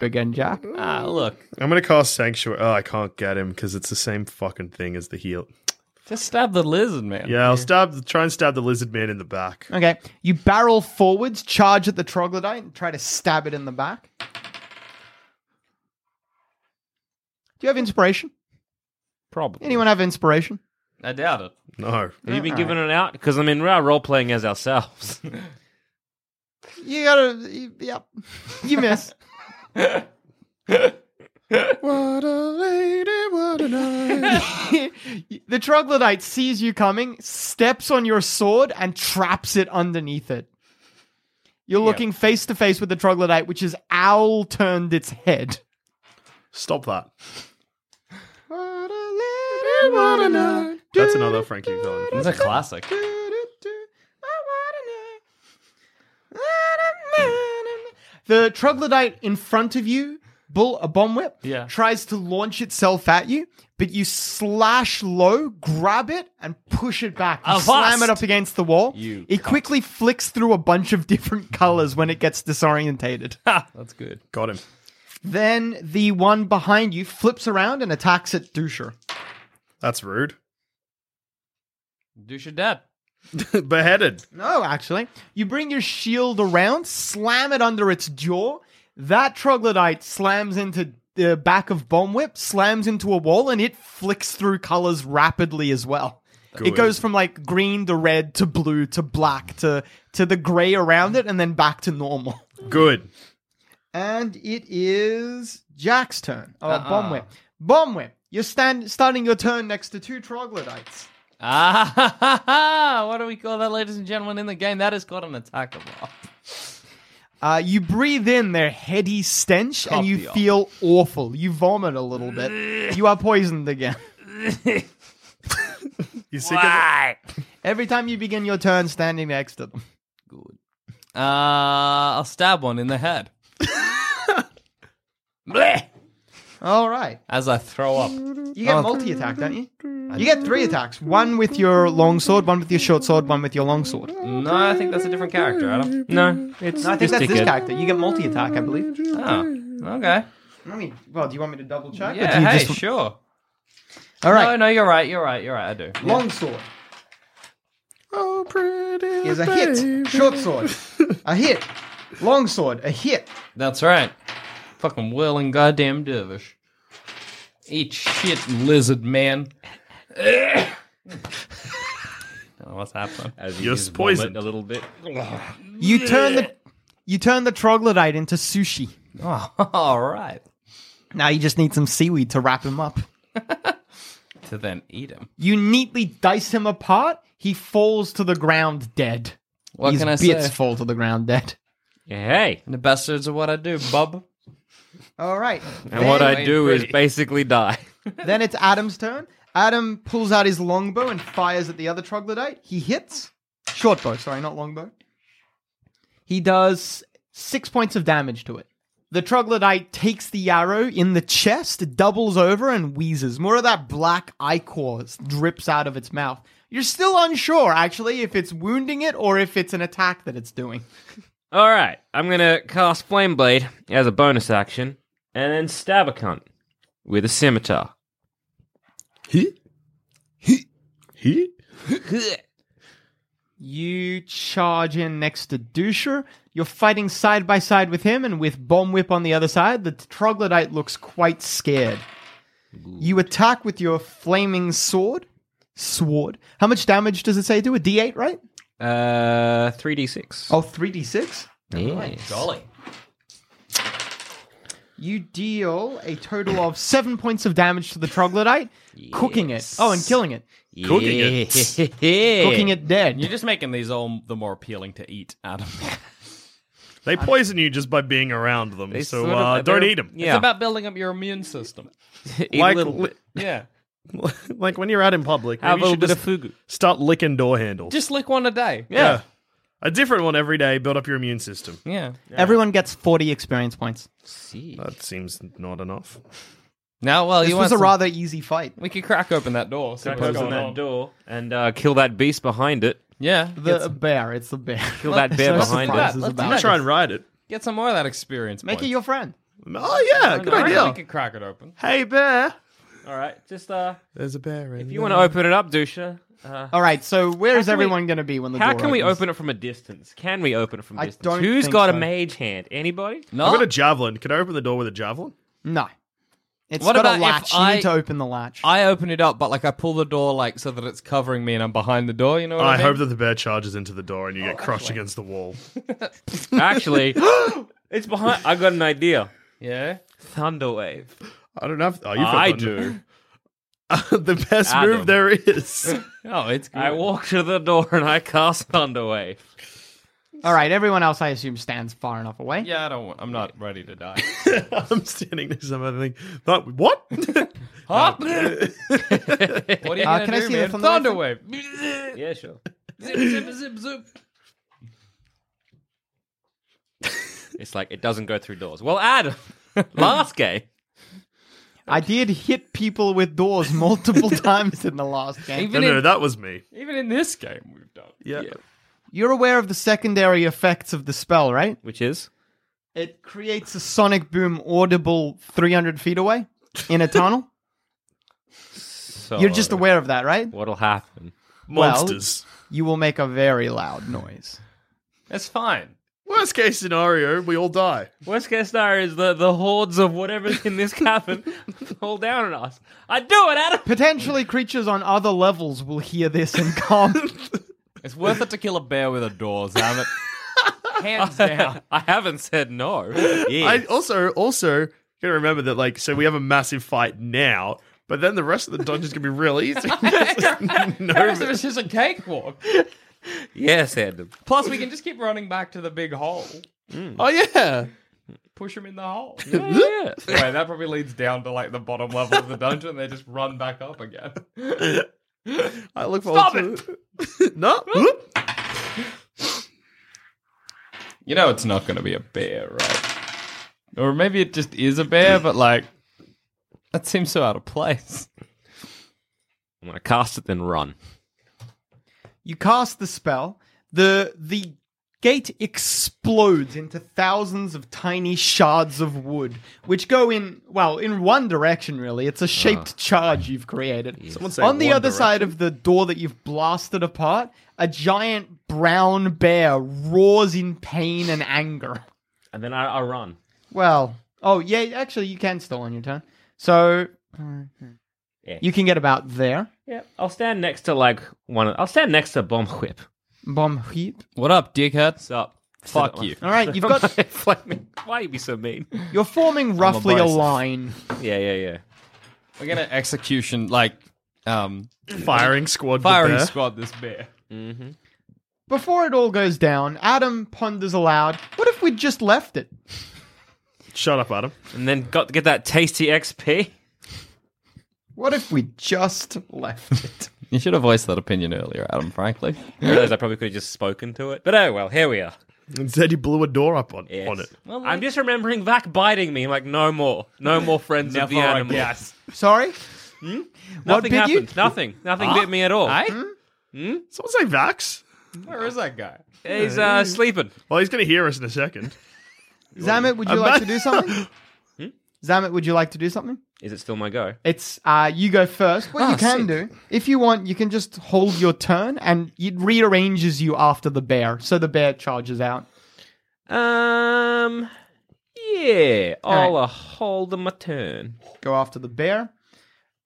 [SPEAKER 2] Again, Jack.
[SPEAKER 5] Ah, look.
[SPEAKER 3] I'm gonna cast Sanctuary. Oh, I can't get him because it's the same fucking thing as the heal.
[SPEAKER 5] Just stab the lizard man.
[SPEAKER 3] Yeah, I'll stab. Try and stab the lizard man in the back.
[SPEAKER 2] Okay. You barrel forwards, charge at the troglodyte, and try to stab it in the back. Do you have inspiration?
[SPEAKER 5] Probably.
[SPEAKER 2] Anyone have inspiration?
[SPEAKER 5] I doubt it.
[SPEAKER 3] No. Have
[SPEAKER 6] you been
[SPEAKER 5] Alright.
[SPEAKER 6] given an out? Because I mean, we are role playing as ourselves.
[SPEAKER 2] You gotta. y- Yep. You miss.
[SPEAKER 5] what a lady, what a
[SPEAKER 2] night. the troglodyte sees you coming, steps on your sword, and traps it underneath it. You're looking face to face with the troglodyte, which is owl turned its head.
[SPEAKER 3] Stop that.
[SPEAKER 2] What
[SPEAKER 3] That's another Frankie villain.
[SPEAKER 5] It's a classic.
[SPEAKER 2] The troglodyte in front of you, bull a bomb whip,
[SPEAKER 5] Yeah.
[SPEAKER 2] tries to launch itself at you, but you slash low, grab it, and push it back. You
[SPEAKER 5] Avast!
[SPEAKER 2] slam it up against the wall.
[SPEAKER 5] You
[SPEAKER 2] it quickly flicks through a bunch of different colors when it gets disorientated.
[SPEAKER 5] That's good.
[SPEAKER 3] Got him.
[SPEAKER 2] then the one behind you flips around and attacks at Dusher.
[SPEAKER 3] That's rude.
[SPEAKER 4] Douche your dad.
[SPEAKER 3] Beheaded.
[SPEAKER 2] No, actually. You bring your shield around, slam it under its jaw. That troglodyte slams into the back of Bomb Whip, slams into a wall, and it flicks through colors rapidly as well. It
[SPEAKER 5] Good.
[SPEAKER 2] goes from like green to red to blue to black to to the gray around it and then back to normal.
[SPEAKER 3] Good.
[SPEAKER 2] And it is Jack's turn. Oh,
[SPEAKER 5] Uh-uh.
[SPEAKER 2] Bomb Whip. Bomb Whip. You're stand, starting your turn next to two troglodytes.
[SPEAKER 4] Ah, ha, ha, ha. Ah, what do we call that, ladies and gentlemen, in the game? That is called an attack of love.
[SPEAKER 2] Uh, you breathe in their heady stench and you
[SPEAKER 4] Copy.
[SPEAKER 2] feel awful. You vomit a little bit. You are poisoned again.
[SPEAKER 3] you
[SPEAKER 2] sick Every time you begin your turn standing next to them.
[SPEAKER 4] Uh, I'll stab one in the head. Bleh!
[SPEAKER 2] All right.
[SPEAKER 4] As I throw up.
[SPEAKER 2] You get multi attack, don't you? You get three attacks one with your long sword, one with your short sword, one with your long sword.
[SPEAKER 5] No, I think that's a different character, Adam.
[SPEAKER 4] No, it's
[SPEAKER 2] No, I
[SPEAKER 4] this
[SPEAKER 2] think that's this
[SPEAKER 4] dickhead.
[SPEAKER 2] character. You get multi attack, I believe.
[SPEAKER 5] Oh, okay.
[SPEAKER 2] I mean, well, do you want me to double check?
[SPEAKER 5] Yeah,
[SPEAKER 2] Or do you
[SPEAKER 5] hey,
[SPEAKER 2] just-
[SPEAKER 5] sure.
[SPEAKER 2] All right.
[SPEAKER 4] No, no, you're right. You're right. You're right. I do.
[SPEAKER 2] Long sword
[SPEAKER 5] Oh, pretty.
[SPEAKER 2] is a hit. Short sword, a hit. Long sword, a hit.
[SPEAKER 4] That's right.
[SPEAKER 5] Fucking whirling goddamn dervish. Eat shit, lizard man.
[SPEAKER 4] Oh, what's happening?
[SPEAKER 3] You're just vomit poisoned.
[SPEAKER 6] a little bit.
[SPEAKER 2] You turn the you turn the troglodyte into sushi.
[SPEAKER 4] Oh, all right.
[SPEAKER 2] Now you just need some seaweed to wrap him up.
[SPEAKER 4] To then eat him.
[SPEAKER 2] You neatly dice him apart. He falls to the ground dead.
[SPEAKER 4] What
[SPEAKER 2] His
[SPEAKER 4] can I
[SPEAKER 2] bits
[SPEAKER 4] say?
[SPEAKER 2] fall to the ground dead.
[SPEAKER 6] Hey.
[SPEAKER 4] And the bastards are what I do, bub.
[SPEAKER 2] All right.
[SPEAKER 6] And what I
[SPEAKER 2] Then-
[SPEAKER 6] do is basically die.
[SPEAKER 2] then it's Adam's turn. Adam pulls out his longbow and fires at the other troglodyte. He hits. Shortbow, sorry, not longbow. He does six points of damage to it. The troglodyte takes the arrow in the chest, doubles over, and wheezes. More of that black ichor drips out of its mouth. You're still unsure, actually, if it's wounding it or if it's an attack that it's doing.
[SPEAKER 6] All right, I'm gonna cast Flame Blade as a bonus action, and then stab a cunt with a scimitar.
[SPEAKER 3] He?
[SPEAKER 2] You charge in next to Dusher. You're fighting side by side with him, and with Bomb Whip on the other side, the troglodyte looks quite scared. You attack with your flaming sword. Sword. How much damage does it say to a D8, right?
[SPEAKER 6] Uh, three d six.
[SPEAKER 2] Oh, 3D6?
[SPEAKER 4] Golly.
[SPEAKER 2] You deal a total of seven points of damage to the troglodyte, cooking it. Oh, and killing it.
[SPEAKER 6] Cooking
[SPEAKER 4] it.
[SPEAKER 2] Cooking it dead.
[SPEAKER 4] You're just making these all the more appealing to eat, Adam.
[SPEAKER 3] They poison you just by being around them, so uh, don't eat them.
[SPEAKER 4] It's about building up your immune system.
[SPEAKER 3] like, li-
[SPEAKER 4] yeah.
[SPEAKER 3] like when you're out in public,
[SPEAKER 4] Have
[SPEAKER 3] maybe
[SPEAKER 4] a
[SPEAKER 3] you should
[SPEAKER 4] little
[SPEAKER 3] just
[SPEAKER 4] bit of
[SPEAKER 3] start licking door handles.
[SPEAKER 4] Just lick one a day.
[SPEAKER 3] A different one every day, build up your immune system.
[SPEAKER 4] Yeah.
[SPEAKER 2] Everyone gets 40 experience points.
[SPEAKER 3] That seems not enough.
[SPEAKER 4] Now, well,
[SPEAKER 2] This
[SPEAKER 4] you
[SPEAKER 2] was
[SPEAKER 4] want
[SPEAKER 2] a
[SPEAKER 4] some-
[SPEAKER 2] rather easy fight.
[SPEAKER 4] We could crack open that door. see
[SPEAKER 6] Crack
[SPEAKER 4] what's
[SPEAKER 6] open
[SPEAKER 4] going
[SPEAKER 6] that
[SPEAKER 4] on.
[SPEAKER 6] door and uh, kill that beast behind it.
[SPEAKER 4] Yeah.
[SPEAKER 2] The
[SPEAKER 4] get some-
[SPEAKER 2] bear. It's the bear.
[SPEAKER 6] Kill that bear behind
[SPEAKER 4] surprises
[SPEAKER 6] it.
[SPEAKER 4] about
[SPEAKER 3] I'm gonna try and ride it.
[SPEAKER 4] Get some more of that experience.
[SPEAKER 2] Make it
[SPEAKER 4] points.
[SPEAKER 2] your friend.
[SPEAKER 3] Oh yeah, good
[SPEAKER 4] Alright,
[SPEAKER 3] idea.
[SPEAKER 4] We could crack it open.
[SPEAKER 3] Hey bear.
[SPEAKER 6] All right, just uh,
[SPEAKER 3] There's a bear in
[SPEAKER 6] if you want to open it up, Dusha. Uh,
[SPEAKER 2] All right, so where is
[SPEAKER 6] can we-
[SPEAKER 2] everyone going to be when the
[SPEAKER 6] how
[SPEAKER 2] door
[SPEAKER 6] can we
[SPEAKER 2] opens?
[SPEAKER 6] open it from a distance? Can we open it from
[SPEAKER 2] I
[SPEAKER 6] distance?
[SPEAKER 2] don't
[SPEAKER 6] Who's
[SPEAKER 2] think
[SPEAKER 6] got
[SPEAKER 2] so.
[SPEAKER 6] a mage hand? Anybody?
[SPEAKER 3] I've got a javelin. Can I open the door with a javelin?
[SPEAKER 2] No. It's
[SPEAKER 5] What
[SPEAKER 2] got
[SPEAKER 5] about
[SPEAKER 2] a
[SPEAKER 5] if
[SPEAKER 2] latch. you
[SPEAKER 5] I-
[SPEAKER 2] need to open the latch.
[SPEAKER 5] I open it up, but like I pull the door like so that it's covering me and I'm behind the door. You know what I,
[SPEAKER 3] I
[SPEAKER 5] mean?
[SPEAKER 3] hope that the bear charges into the door and you get crushed against the wall.
[SPEAKER 6] Actually, it's behind. I got an idea.
[SPEAKER 5] Yeah.
[SPEAKER 6] Thunderwave.
[SPEAKER 3] I don't have. Oh,
[SPEAKER 5] you've got
[SPEAKER 6] I
[SPEAKER 5] Thunder-
[SPEAKER 6] do.
[SPEAKER 3] the best move there is.
[SPEAKER 6] oh, it's. Good. I walk to the door and I cast Thunderwave.
[SPEAKER 2] All right, everyone else, I assume, stands far enough away.
[SPEAKER 5] Yeah, I don't. Want, I'm not ready to die.
[SPEAKER 3] I'm standing next to somebody and think, "Thought- what?
[SPEAKER 5] Huh? what are you
[SPEAKER 3] Uh,
[SPEAKER 5] gonna
[SPEAKER 3] can I
[SPEAKER 5] do,
[SPEAKER 3] see the
[SPEAKER 5] man?
[SPEAKER 3] thunder
[SPEAKER 5] Thunderwave.
[SPEAKER 6] yeah, sure.
[SPEAKER 5] Zip, zip, zip, zip.
[SPEAKER 6] It's like it doesn't go through doors. Well, Adam, last game.
[SPEAKER 2] I did hit people with doors multiple times in the last game.
[SPEAKER 5] Even No, no, in- that
[SPEAKER 3] was me.
[SPEAKER 5] Even in this game, we've done.
[SPEAKER 3] Yeah.
[SPEAKER 2] You're aware of the secondary effects of the spell, right?
[SPEAKER 6] Which is?
[SPEAKER 2] It creates a sonic boom audible 300 feet away in a tunnel.
[SPEAKER 6] So
[SPEAKER 2] You're just aware of that, right?
[SPEAKER 6] What'll happen?
[SPEAKER 2] Well, you will make a very loud noise.
[SPEAKER 5] That's fine.
[SPEAKER 3] Worst case scenario, we all die.
[SPEAKER 6] Worst case scenario is the, the hordes of whatever's in this cavern fall down on us. I do it, Adam.
[SPEAKER 2] Potentially, creatures on other levels will hear this and come.
[SPEAKER 5] It's worth it to kill a bear with a door, Zamet. Hands
[SPEAKER 6] down. I haven't said no. Yeah.
[SPEAKER 3] I also also gotta remember that like so we have a massive fight now, but then the rest of the dungeon's gonna be real easy.
[SPEAKER 5] no, it's just a cakewalk.
[SPEAKER 6] yes, Adam. Mm.
[SPEAKER 5] Plus, we can just keep running back to the big hole.
[SPEAKER 3] Oh yeah.
[SPEAKER 5] Push him in the hole.
[SPEAKER 6] Yeah.
[SPEAKER 5] Wait, that probably leads down to like the bottom level of the dungeon. They just run back up again.
[SPEAKER 3] I look forward
[SPEAKER 5] Stop
[SPEAKER 3] to
[SPEAKER 5] it!
[SPEAKER 3] no.
[SPEAKER 5] You know it's not going to be a bear, right? Or maybe it just is a bear, but like that seems so out of place.
[SPEAKER 6] I'm gonna cast it, then run.
[SPEAKER 2] You cast the spell. The the gate explodes into thousands of tiny shards of wood, which go in well in one direction. Really, it's a shaped charge you've created.
[SPEAKER 3] Ah. Someone say
[SPEAKER 2] On the
[SPEAKER 3] one
[SPEAKER 2] other side of the door that you've blasted apart, a giant brown bear roars in pain and anger.
[SPEAKER 6] And then I, I run.
[SPEAKER 2] Well, oh yeah, actually you can still on your turn. So you can get about there.
[SPEAKER 6] Yeah, I'll stand next to like one. I'll stand next to Bomb Whip.
[SPEAKER 2] Bomb heap.
[SPEAKER 5] What up, dickhead?
[SPEAKER 6] What's up?
[SPEAKER 5] Fuck you.
[SPEAKER 2] All right, you've got
[SPEAKER 6] Why you be so mean?
[SPEAKER 2] you're forming roughly a
[SPEAKER 5] bison.
[SPEAKER 2] line.
[SPEAKER 6] Yeah, yeah, yeah.
[SPEAKER 5] We're gonna execution like um
[SPEAKER 3] Firing squad the
[SPEAKER 5] Firing
[SPEAKER 3] bear.
[SPEAKER 5] squad this bear.
[SPEAKER 6] Mm-hmm.
[SPEAKER 2] Before it all goes down, Adam ponders aloud, what if we'd just left it?
[SPEAKER 3] Shut up, Adam.
[SPEAKER 6] And then got get that tasty XP.
[SPEAKER 2] What if we just left it?
[SPEAKER 5] You should have voiced that opinion earlier, Adam. Frankly,
[SPEAKER 6] I realized I probably could have just spoken to it, but oh well. Here we are.
[SPEAKER 3] Instead you blew a door up on,
[SPEAKER 6] Yes.
[SPEAKER 3] on it.
[SPEAKER 6] I'm just remembering Vac biting me. Like no more, no more friends of the
[SPEAKER 5] Never
[SPEAKER 6] animal.
[SPEAKER 5] again.
[SPEAKER 2] Sorry?
[SPEAKER 6] Hmm? Nothing
[SPEAKER 2] bit you?
[SPEAKER 6] happened. Nothing. Nothing
[SPEAKER 5] Huh?
[SPEAKER 6] bit me at all.
[SPEAKER 5] Hey,
[SPEAKER 3] Someone say Vax.
[SPEAKER 5] where is that guy?
[SPEAKER 6] He's uh, sleeping.
[SPEAKER 3] Well, he's gonna hear us in a second.
[SPEAKER 2] Zamet, would you
[SPEAKER 3] I'm
[SPEAKER 2] like
[SPEAKER 3] not-
[SPEAKER 2] to do something?
[SPEAKER 6] Hmm?
[SPEAKER 2] Zamet, would you like to do something?
[SPEAKER 6] Is it still my go?
[SPEAKER 2] It's uh, you go first. What
[SPEAKER 5] Ah,
[SPEAKER 2] you can
[SPEAKER 5] sick.
[SPEAKER 2] do, if you want, you can just hold your turn and it rearranges you after the bear, so the bear charges out.
[SPEAKER 6] Um. Yeah, I'll
[SPEAKER 2] right.
[SPEAKER 6] uh, hold my turn.
[SPEAKER 2] Go after the bear.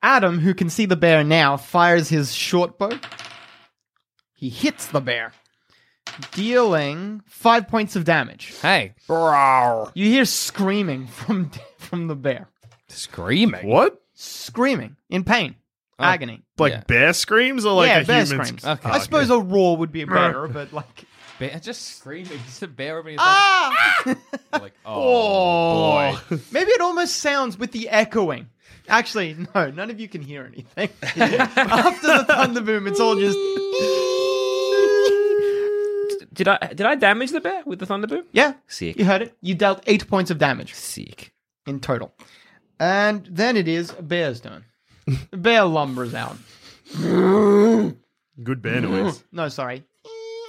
[SPEAKER 2] Adam, who can see the bear now, fires his short bow. He hits the bear, dealing five points of damage.
[SPEAKER 5] Hey,
[SPEAKER 2] You hear screaming from from the bear,
[SPEAKER 5] screaming.
[SPEAKER 3] What?
[SPEAKER 2] screaming in pain, agony.
[SPEAKER 3] Like
[SPEAKER 5] Yeah.
[SPEAKER 3] bear screams or Uh, like
[SPEAKER 2] yeah,
[SPEAKER 3] a
[SPEAKER 2] bear
[SPEAKER 3] human
[SPEAKER 2] screams.
[SPEAKER 5] Okay,
[SPEAKER 2] I
[SPEAKER 5] okay.
[SPEAKER 2] suppose a roar would be better, but like
[SPEAKER 5] Bear, just screaming. Just a bear over his
[SPEAKER 2] ah,
[SPEAKER 5] head. Like, oh, boy.
[SPEAKER 2] maybe it almost sounds with the echoing. Actually, no, none of you can hear anything. After the thunder boom, it's all just
[SPEAKER 6] Did I did I damage the bear with the thunder boom?
[SPEAKER 2] yeah.
[SPEAKER 6] Sick.
[SPEAKER 2] You heard it. You dealt eight points of damage
[SPEAKER 6] Sick.
[SPEAKER 2] in total, and then it is a bear's turn. The bear lumbers out.
[SPEAKER 3] Good bear noise.
[SPEAKER 2] No, sorry.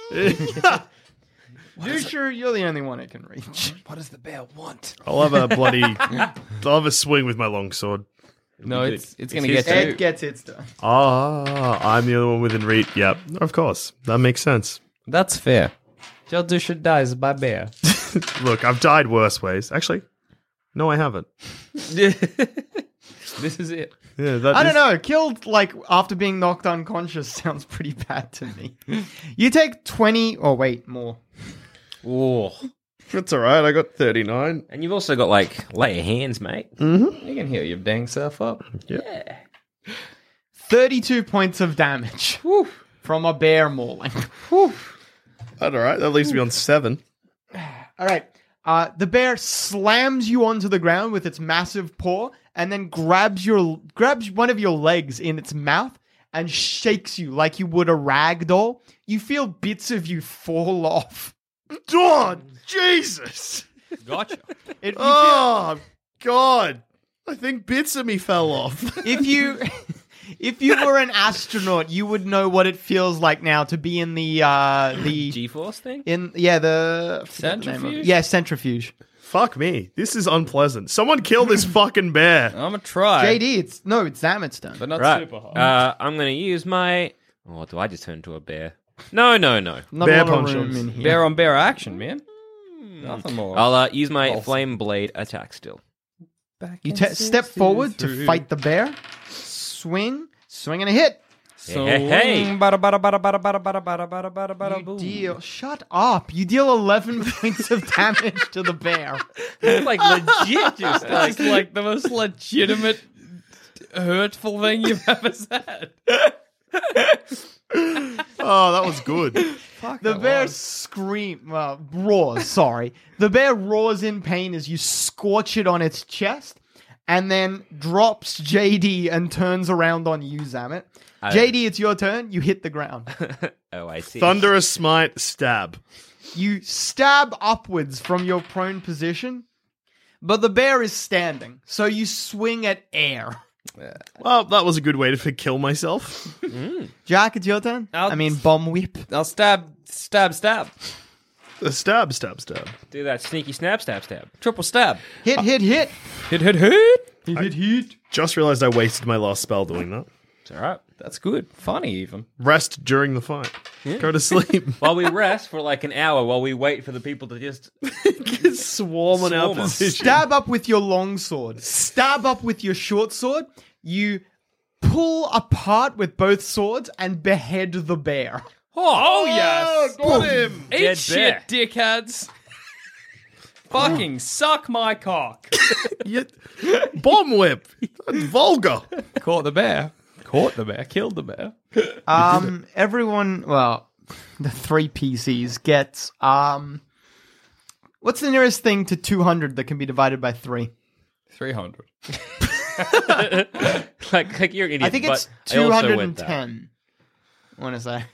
[SPEAKER 2] you sure you're the only one it can reach?
[SPEAKER 5] What does the bear want?
[SPEAKER 3] I'll have a bloody I'll have a swing with my longsword.
[SPEAKER 5] No, it's it's gonna
[SPEAKER 6] his
[SPEAKER 5] get you.
[SPEAKER 2] It gets its turn.
[SPEAKER 3] Ah, I'm the other one within reach. Yep, of course. That makes sense.
[SPEAKER 5] That's fair. Jodusha dies by bear.
[SPEAKER 3] Look, I've died worse ways. Actually, no, I haven't.
[SPEAKER 5] This is it.
[SPEAKER 3] Yeah,
[SPEAKER 2] I don't know. Killed like after being knocked unconscious sounds pretty bad to me. you take twenty. Oh wait, more.
[SPEAKER 3] Whoa. That's all right. I got 39.
[SPEAKER 6] And you've also got like lay your hands, mate.
[SPEAKER 5] Mm-hmm. You can heal your dang self up.
[SPEAKER 6] Yeah.
[SPEAKER 2] Thirty-two points of damage from a bear mauling. Whew.
[SPEAKER 3] That's all right. That leaves me on seven.
[SPEAKER 2] All right. Uh, the bear slams you onto the ground with its massive paw, and then grabs your grabs one of your legs in its mouth and shakes you like you would a rag doll. You feel bits of you fall off.
[SPEAKER 3] God, Jesus!
[SPEAKER 4] Gotcha.
[SPEAKER 3] oh God! I think bits of me fell off.
[SPEAKER 2] If you if you were an astronaut, you would know what it feels like now to be in the uh, the
[SPEAKER 6] G-force thing.
[SPEAKER 2] In yeah, the I forget the name of
[SPEAKER 3] Centrifuge?
[SPEAKER 2] it. Yeah, centrifuge.
[SPEAKER 3] Fuck me. This is unpleasant. Someone kill this fucking bear.
[SPEAKER 5] I'm gonna try.
[SPEAKER 2] JD, it's no, it's Zamet's turn.
[SPEAKER 5] But not
[SPEAKER 6] right.
[SPEAKER 5] super hard.
[SPEAKER 6] Uh, I'm going to use my. Oh, do I just turn into a bear? No, no, no.
[SPEAKER 2] Not Bear a lot of punch room ons. in here.
[SPEAKER 5] Bear on bear action, man. Nothing more.
[SPEAKER 6] I'll uh, use my flame blade attack still.
[SPEAKER 2] You te- step forward to fight the bear. Swing, swing, and a hit.
[SPEAKER 6] Hey, hey, hey.
[SPEAKER 5] Bada, bada, bada, bada, bada, bada, bada, bada, bada, bada,
[SPEAKER 2] You
[SPEAKER 5] boom.
[SPEAKER 2] deal. Shut up. You deal eleven points of damage to the bear.
[SPEAKER 4] It's like legit just
[SPEAKER 5] That's like the most legitimate, hurtful thing you've ever said.
[SPEAKER 3] Oh, that was good.
[SPEAKER 2] The bear scream, uh, roars. Sorry, the bear roars in pain as you scorch it on its chest, and then drops JD and turns around on you, Zamet. JD, it's your turn. You hit the ground.
[SPEAKER 6] Oh, I see.
[SPEAKER 3] Thunderous smite stab.
[SPEAKER 2] you stab upwards from your prone position, but the bear is standing, so you swing at air.
[SPEAKER 3] Well, that was a good way to kill myself.
[SPEAKER 2] Jack, it's your turn. i mean, bomb whip.
[SPEAKER 5] I'll stab, stab, stab.
[SPEAKER 3] A Uh, stab, stab, stab.
[SPEAKER 6] Do that sneaky snap, stab, stab.
[SPEAKER 5] Triple stab.
[SPEAKER 2] Hit, hit, hit.
[SPEAKER 5] Hit, hit, hit.
[SPEAKER 2] Hit, hit, hit.
[SPEAKER 3] Just realized I wasted my last spell doing that.
[SPEAKER 6] It's all right.
[SPEAKER 5] That's good. Funny, even.
[SPEAKER 3] Rest during the fight. Go to sleep.
[SPEAKER 6] While we rest for like an hour, while we wait for the people to just
[SPEAKER 5] Oh,
[SPEAKER 3] Swarming our
[SPEAKER 6] Swarm us.
[SPEAKER 3] position.
[SPEAKER 2] stab up with your long sword. Stab up with your short sword. You pull apart with both swords and behead the bear.
[SPEAKER 5] Oh, yes.
[SPEAKER 3] Got him.
[SPEAKER 5] Eat
[SPEAKER 6] Dead
[SPEAKER 5] shit, dickheads. Fucking suck my cock.
[SPEAKER 3] Yeah. Bomb whip. That's vulgar.
[SPEAKER 5] Caught the bear. Caught the bear. Killed the bear.
[SPEAKER 2] Um, everyone, well, the three PCs gets um. What's the nearest thing to 200 that can be divided by 3?
[SPEAKER 5] 300.
[SPEAKER 6] like, like you're an idiot.
[SPEAKER 2] I think it's
[SPEAKER 6] but I also went there.
[SPEAKER 2] 210. I want to say.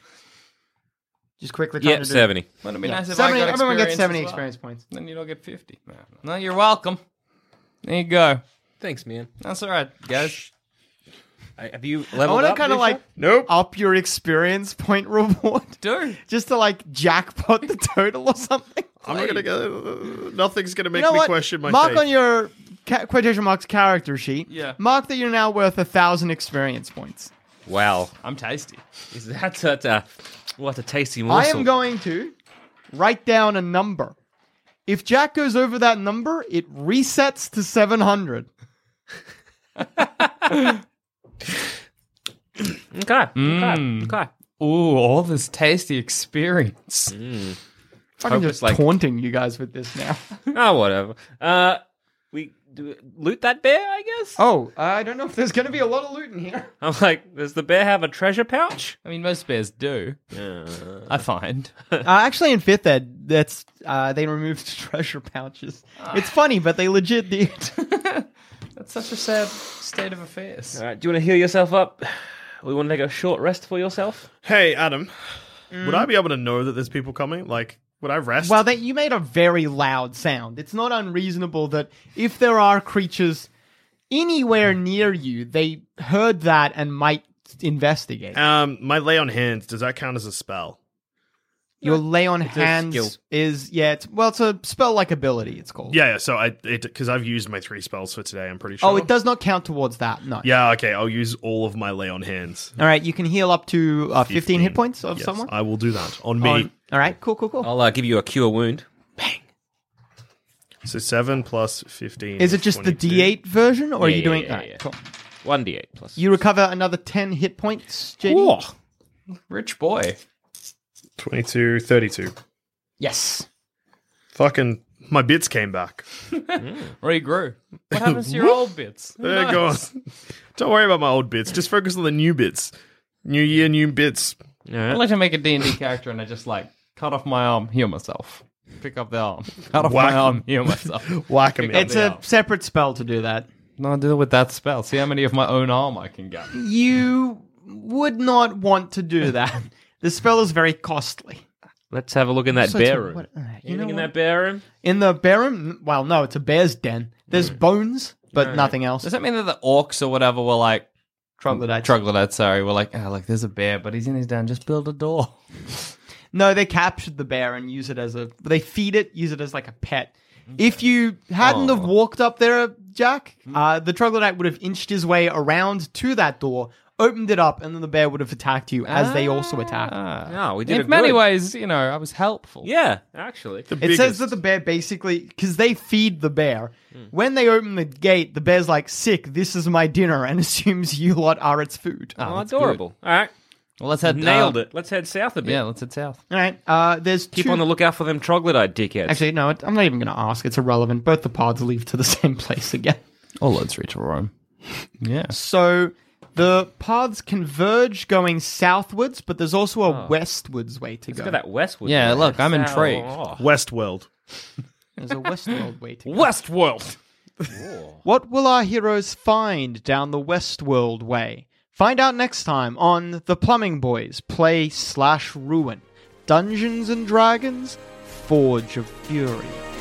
[SPEAKER 2] Just quickly trying
[SPEAKER 6] Yeah,
[SPEAKER 2] to do-
[SPEAKER 6] seventy.
[SPEAKER 5] Wouldn't it be nice if
[SPEAKER 2] 70
[SPEAKER 5] I got
[SPEAKER 2] everyone gets
[SPEAKER 5] experience
[SPEAKER 2] 70
[SPEAKER 5] as well?
[SPEAKER 2] experience points.
[SPEAKER 5] Then you don't get 50. No, no. No, you're welcome. There you go.
[SPEAKER 6] Thanks, man.
[SPEAKER 5] That's all right, guys.
[SPEAKER 6] I, have you
[SPEAKER 2] I
[SPEAKER 6] leveled
[SPEAKER 2] want to
[SPEAKER 6] up?
[SPEAKER 2] kind of
[SPEAKER 6] Dusha?
[SPEAKER 2] like
[SPEAKER 3] Nope.
[SPEAKER 2] up your experience point reward.
[SPEAKER 5] Do.
[SPEAKER 2] just to like jackpot the total or something.
[SPEAKER 3] I'm not gonna go. Nothing's gonna make
[SPEAKER 2] you know
[SPEAKER 3] me
[SPEAKER 2] what?
[SPEAKER 3] question my
[SPEAKER 2] mark
[SPEAKER 3] faith.
[SPEAKER 2] on your ca- quotation marks character sheet.
[SPEAKER 5] Yeah.
[SPEAKER 2] Mark that you're now worth a thousand experience points.
[SPEAKER 6] wow.
[SPEAKER 5] I'm tasty.
[SPEAKER 6] Is that that? Uh, what a tasty morsel.
[SPEAKER 2] I am going to write down a number. If Jack goes over that number, it resets to seven hundred.
[SPEAKER 6] Okay. Okay. Okay.
[SPEAKER 5] Ooh, all this tasty experience.
[SPEAKER 6] Mm-hmm.
[SPEAKER 2] I'm
[SPEAKER 6] Hope
[SPEAKER 2] just
[SPEAKER 6] it's like-
[SPEAKER 2] taunting you guys with this now.
[SPEAKER 6] Oh, whatever. Uh, we do, loot that bear, I guess.
[SPEAKER 2] oh, I don't know if there's going to be a lot of loot in here.
[SPEAKER 6] I'm like, does the bear have a treasure pouch?
[SPEAKER 5] I mean, most bears do. I find.
[SPEAKER 2] Uh, actually, in fifth ed, that's uh, they removed treasure pouches. It's funny, but they legit did.
[SPEAKER 5] That's such a sad state of affairs.
[SPEAKER 6] All right. Do you want to heal yourself up? We want to take a short rest for yourself.
[SPEAKER 3] Hey, Adam.
[SPEAKER 6] Mm.
[SPEAKER 3] Would I be able to know that there's people coming? Like, would I rest?
[SPEAKER 2] Well, that you made a very loud sound. It's not unreasonable that if there are creatures anywhere near you, they heard that and might investigate.
[SPEAKER 3] um, my lay on hands does that count as a spell?
[SPEAKER 2] Your lay on
[SPEAKER 6] a skill.
[SPEAKER 2] hands is yeah, it's, well, it's a spell like ability. It's called.
[SPEAKER 3] Yeah. yeah so I it because I've used my three spells for today. I'm pretty sure.
[SPEAKER 2] Oh, it does not count towards that. No.
[SPEAKER 3] Yeah. Okay. I'll use all of my lay on hands.
[SPEAKER 2] All right, you can heal up to uh, 15, hit points of
[SPEAKER 3] Yes,
[SPEAKER 2] someone.
[SPEAKER 3] I
[SPEAKER 2] Oh,
[SPEAKER 3] will do that on me.
[SPEAKER 6] uh,
[SPEAKER 2] On- all right, cool, cool, cool.
[SPEAKER 6] I'll uh, give you a cure wound.
[SPEAKER 3] So seven plus fifteen.
[SPEAKER 2] Is it just the
[SPEAKER 3] 22.
[SPEAKER 2] D8 version, or are
[SPEAKER 3] Yeah,
[SPEAKER 2] you
[SPEAKER 3] yeah,
[SPEAKER 2] doing?
[SPEAKER 3] yeah,
[SPEAKER 2] Alright,
[SPEAKER 3] yeah.
[SPEAKER 2] cool.
[SPEAKER 6] One d8 plus.
[SPEAKER 2] You recover another ten hit points, JD.
[SPEAKER 5] Rich boy.
[SPEAKER 3] 22, 32.
[SPEAKER 2] Yes.
[SPEAKER 3] Fucking my bits came back.
[SPEAKER 5] Regrew.
[SPEAKER 4] What happens to your old bits? Who
[SPEAKER 3] There
[SPEAKER 4] knows?
[SPEAKER 3] goes. Don't worry about my old bits. Just focus on the new bits. New year, new bits.
[SPEAKER 5] I'd like to make a D&D character and I just like cut off my arm, heal myself. Pick up the arm. Cut off
[SPEAKER 3] Whack
[SPEAKER 5] my arm,
[SPEAKER 3] him.
[SPEAKER 5] heal myself.
[SPEAKER 3] Whack him.
[SPEAKER 5] Pick up
[SPEAKER 2] It's
[SPEAKER 5] the
[SPEAKER 2] a
[SPEAKER 5] arm.
[SPEAKER 2] separate spell to do that.
[SPEAKER 5] No, deal with that spell. See how many of my own arm I can get.
[SPEAKER 2] You would not want to do that. the spell is very costly.
[SPEAKER 6] Let's have a look in that
[SPEAKER 2] So it's
[SPEAKER 6] bear
[SPEAKER 2] a-
[SPEAKER 6] room.
[SPEAKER 2] what- uh, you
[SPEAKER 6] Anything
[SPEAKER 2] know
[SPEAKER 6] in
[SPEAKER 2] what?
[SPEAKER 6] that bear room?
[SPEAKER 2] In the bear room? Well, no, it's a bear's den. There's bones, but nothing else.
[SPEAKER 5] Does that mean that the orcs or whatever were like
[SPEAKER 2] Troglodytes.
[SPEAKER 5] Troglodytes, sorry, were like, ah, like there's a bear, but he's in his den. Just build a door.
[SPEAKER 2] No, they captured the bear and use it as a. They feed it, use it as like a pet. If you hadn't have walked up there, Jack, uh, the troglodyte would have inched his way around to that door, opened it up, and then the bear would have attacked you as they also attacked.
[SPEAKER 6] Ah. No, we did
[SPEAKER 5] Ah. In
[SPEAKER 6] it
[SPEAKER 5] many
[SPEAKER 6] good.
[SPEAKER 5] ways, you know, I was helpful.
[SPEAKER 6] Yeah, actually.
[SPEAKER 2] it says that the bear basically because they feed the bear. When they open the gate, the bear's like, "Sick, this is my dinner," and assumes you lot are its food.
[SPEAKER 5] Ah.
[SPEAKER 6] Oh, adorable. All right.
[SPEAKER 5] Well, let's head
[SPEAKER 6] Nailed
[SPEAKER 5] uh,
[SPEAKER 6] it. Let's head south a bit.
[SPEAKER 5] Yeah, let's head south.
[SPEAKER 2] All right. Uh, there's
[SPEAKER 6] Keep
[SPEAKER 2] two.
[SPEAKER 6] on the lookout for them troglodyte dickheads.
[SPEAKER 2] Actually, no, it- I'm not even going to ask. It's irrelevant. Both the pods leave to the same place again.
[SPEAKER 5] All roads reach Rome. Yeah.
[SPEAKER 2] So the paths converge going southwards, but there's also a westwards way to go.
[SPEAKER 6] Look at that westward.
[SPEAKER 5] Yeah,
[SPEAKER 6] there.
[SPEAKER 5] look, I'm
[SPEAKER 6] South.
[SPEAKER 5] intrigued.
[SPEAKER 3] Westworld.
[SPEAKER 2] There's a westward way to go.
[SPEAKER 5] Westworld.
[SPEAKER 2] What will our heroes find down the Westworld way? Find out next time on The Plumbing Boys Play Slash Ruin Dungeons and Dragons Forge of Fury.